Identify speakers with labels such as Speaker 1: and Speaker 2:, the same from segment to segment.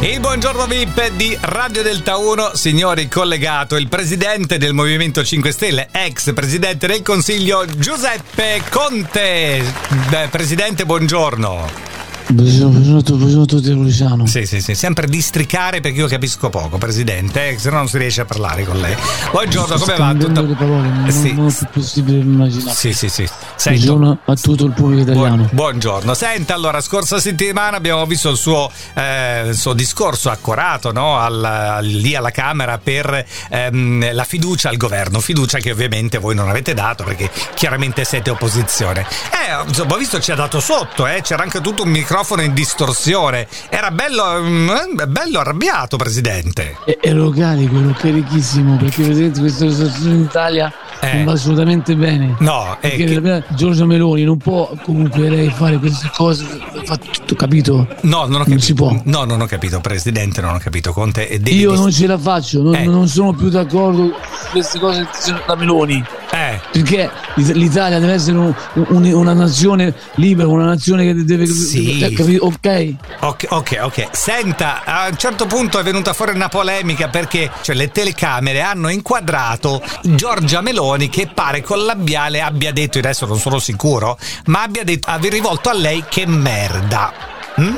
Speaker 1: Il buongiorno VIP di Radio Delta 1, signori collegato, il presidente del Movimento 5 Stelle, ex presidente del Consiglio, Giuseppe Conte. Beh, presidente, buongiorno.
Speaker 2: Buongiorno, buongiorno, buongiorno a tutti, Luciano.
Speaker 1: Sì, sì, sì, sempre districare perché io capisco poco, presidente, eh, se no non si riesce a parlare con lei. Buongiorno,
Speaker 2: Sto
Speaker 1: come va?
Speaker 2: scambiando
Speaker 1: Tutto... Eh,
Speaker 2: le parole, non,
Speaker 1: Sì.
Speaker 2: non è più possibile immaginare.
Speaker 1: Sì, sì, sì. Sento,
Speaker 2: Buongiorno a tutto il pubblico italiano.
Speaker 1: Buon- buongiorno. Senta, allora, scorsa settimana abbiamo visto il suo, eh, il suo discorso accorato no? al- al- lì alla Camera per ehm, la fiducia al governo, fiducia che ovviamente voi non avete dato perché chiaramente siete opposizione. Eh, insomma, ho visto ci ha dato sotto, eh, c'era anche tutto un microfono in distorsione. Era bello, mm, eh, bello arrabbiato, Presidente.
Speaker 2: E- ero carico, ero carichissimo perché vedete questa situazione in Italia
Speaker 1: Eh.
Speaker 2: non va assolutamente bene.
Speaker 1: No, eh,
Speaker 2: Perché
Speaker 1: che-
Speaker 2: la prima- Giorgia Meloni non può comunque lei fare queste cose, fa tutto, capito?
Speaker 1: no, non ho
Speaker 2: non
Speaker 1: capito.
Speaker 2: si può.
Speaker 1: No, non ho capito, Presidente, non ho capito. Conte, eh, devi
Speaker 2: Io
Speaker 1: dis-
Speaker 2: non ce la faccio, non,
Speaker 1: Eh.
Speaker 2: non sono più d'accordo su queste cose che dice la Meloni.
Speaker 1: Eh.
Speaker 2: Perché l'It- l'Italia deve essere un- un- una nazione libera, una nazione che deve...
Speaker 1: Sì.
Speaker 2: eh, capi- ok?
Speaker 1: Ok, ok, ok. Senta, a un certo punto è venuta fuori una polemica perché cioè, le telecamere hanno inquadrato Giorgia Meloni che pare col labiale abbia detto, io adesso non sono sicuro, ma abbia detto, abbia rivolto a lei che merda. Mm?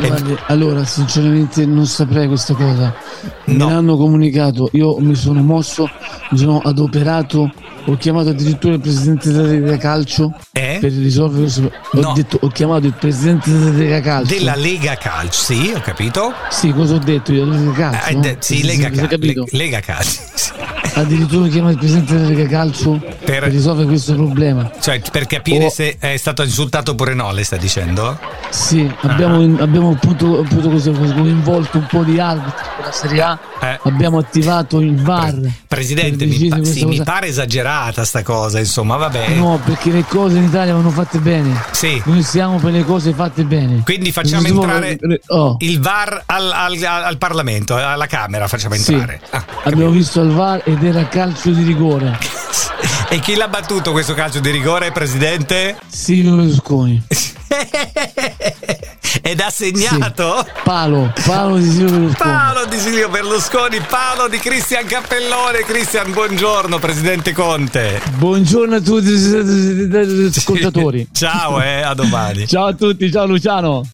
Speaker 1: E-
Speaker 2: Guardi, allora, sinceramente non saprei questa cosa.
Speaker 1: No.
Speaker 2: Me l'hanno comunicato, io mi sono mosso, mi sono adoperato, ho chiamato addirittura il presidente della Lega Calcio
Speaker 1: eh?
Speaker 2: per risolvere questo.
Speaker 1: No.
Speaker 2: Ho, detto, ho chiamato il presidente della Lega Calcio.
Speaker 1: Della Lega Calcio, sì, ho capito.
Speaker 2: Sì, cosa ho detto io? Lega Calcio.
Speaker 1: Eh,
Speaker 2: no?
Speaker 1: de- sì,
Speaker 2: Si-
Speaker 1: Lega,
Speaker 2: si- si è
Speaker 1: Cal-
Speaker 2: capito?
Speaker 1: Le- Lega Calcio. sì.
Speaker 2: Addirittura ho chiamato il presidente della Lega Calcio per, risolvere questo problema.
Speaker 1: Cioè, per capire
Speaker 2: Oh.
Speaker 1: se è stato insultato oppure no, le sta dicendo?
Speaker 2: Sì, abbiamo, abbiamo appunto, appunto così, coinvolto un po' di arbitri della Serie A.
Speaker 1: Eh.
Speaker 2: Abbiamo attivato il VAR.
Speaker 1: Pre- Presidente,
Speaker 2: per
Speaker 1: mi,
Speaker 2: decidere
Speaker 1: pa-
Speaker 2: questa
Speaker 1: sì, Eh, mi
Speaker 2: cosa.
Speaker 1: pare esagerata sta cosa, insomma, vabbè.
Speaker 2: No, perché le cose in Italia vanno fatte bene.
Speaker 1: Sì.
Speaker 2: Noi siamo per le cose fatte bene.
Speaker 1: Quindi facciamo
Speaker 2: Non si può-
Speaker 1: entrare
Speaker 2: Oh,
Speaker 1: il VAR al, al- al Parlamento, eh, alla Camera facciamo
Speaker 2: Sì.
Speaker 1: entrare. Ah,
Speaker 2: abbiamo visto al VAR ed era calcio di rigore.
Speaker 1: capito. E chi l'ha battuto questo calcio di rigore, Presidente?
Speaker 2: Silvio Berlusconi.
Speaker 1: Ed ha segnato?
Speaker 2: Palo, palo di Silvio Berlusconi.
Speaker 1: Paolo di Silvio Berlusconi, Paolo di Cristian Cappellone. Cristian, buongiorno, Presidente Conte.
Speaker 2: Buongiorno a tutti gli ascoltatori.
Speaker 1: Ciao, eh, a domani.
Speaker 2: Ciao a tutti, ciao Luciano.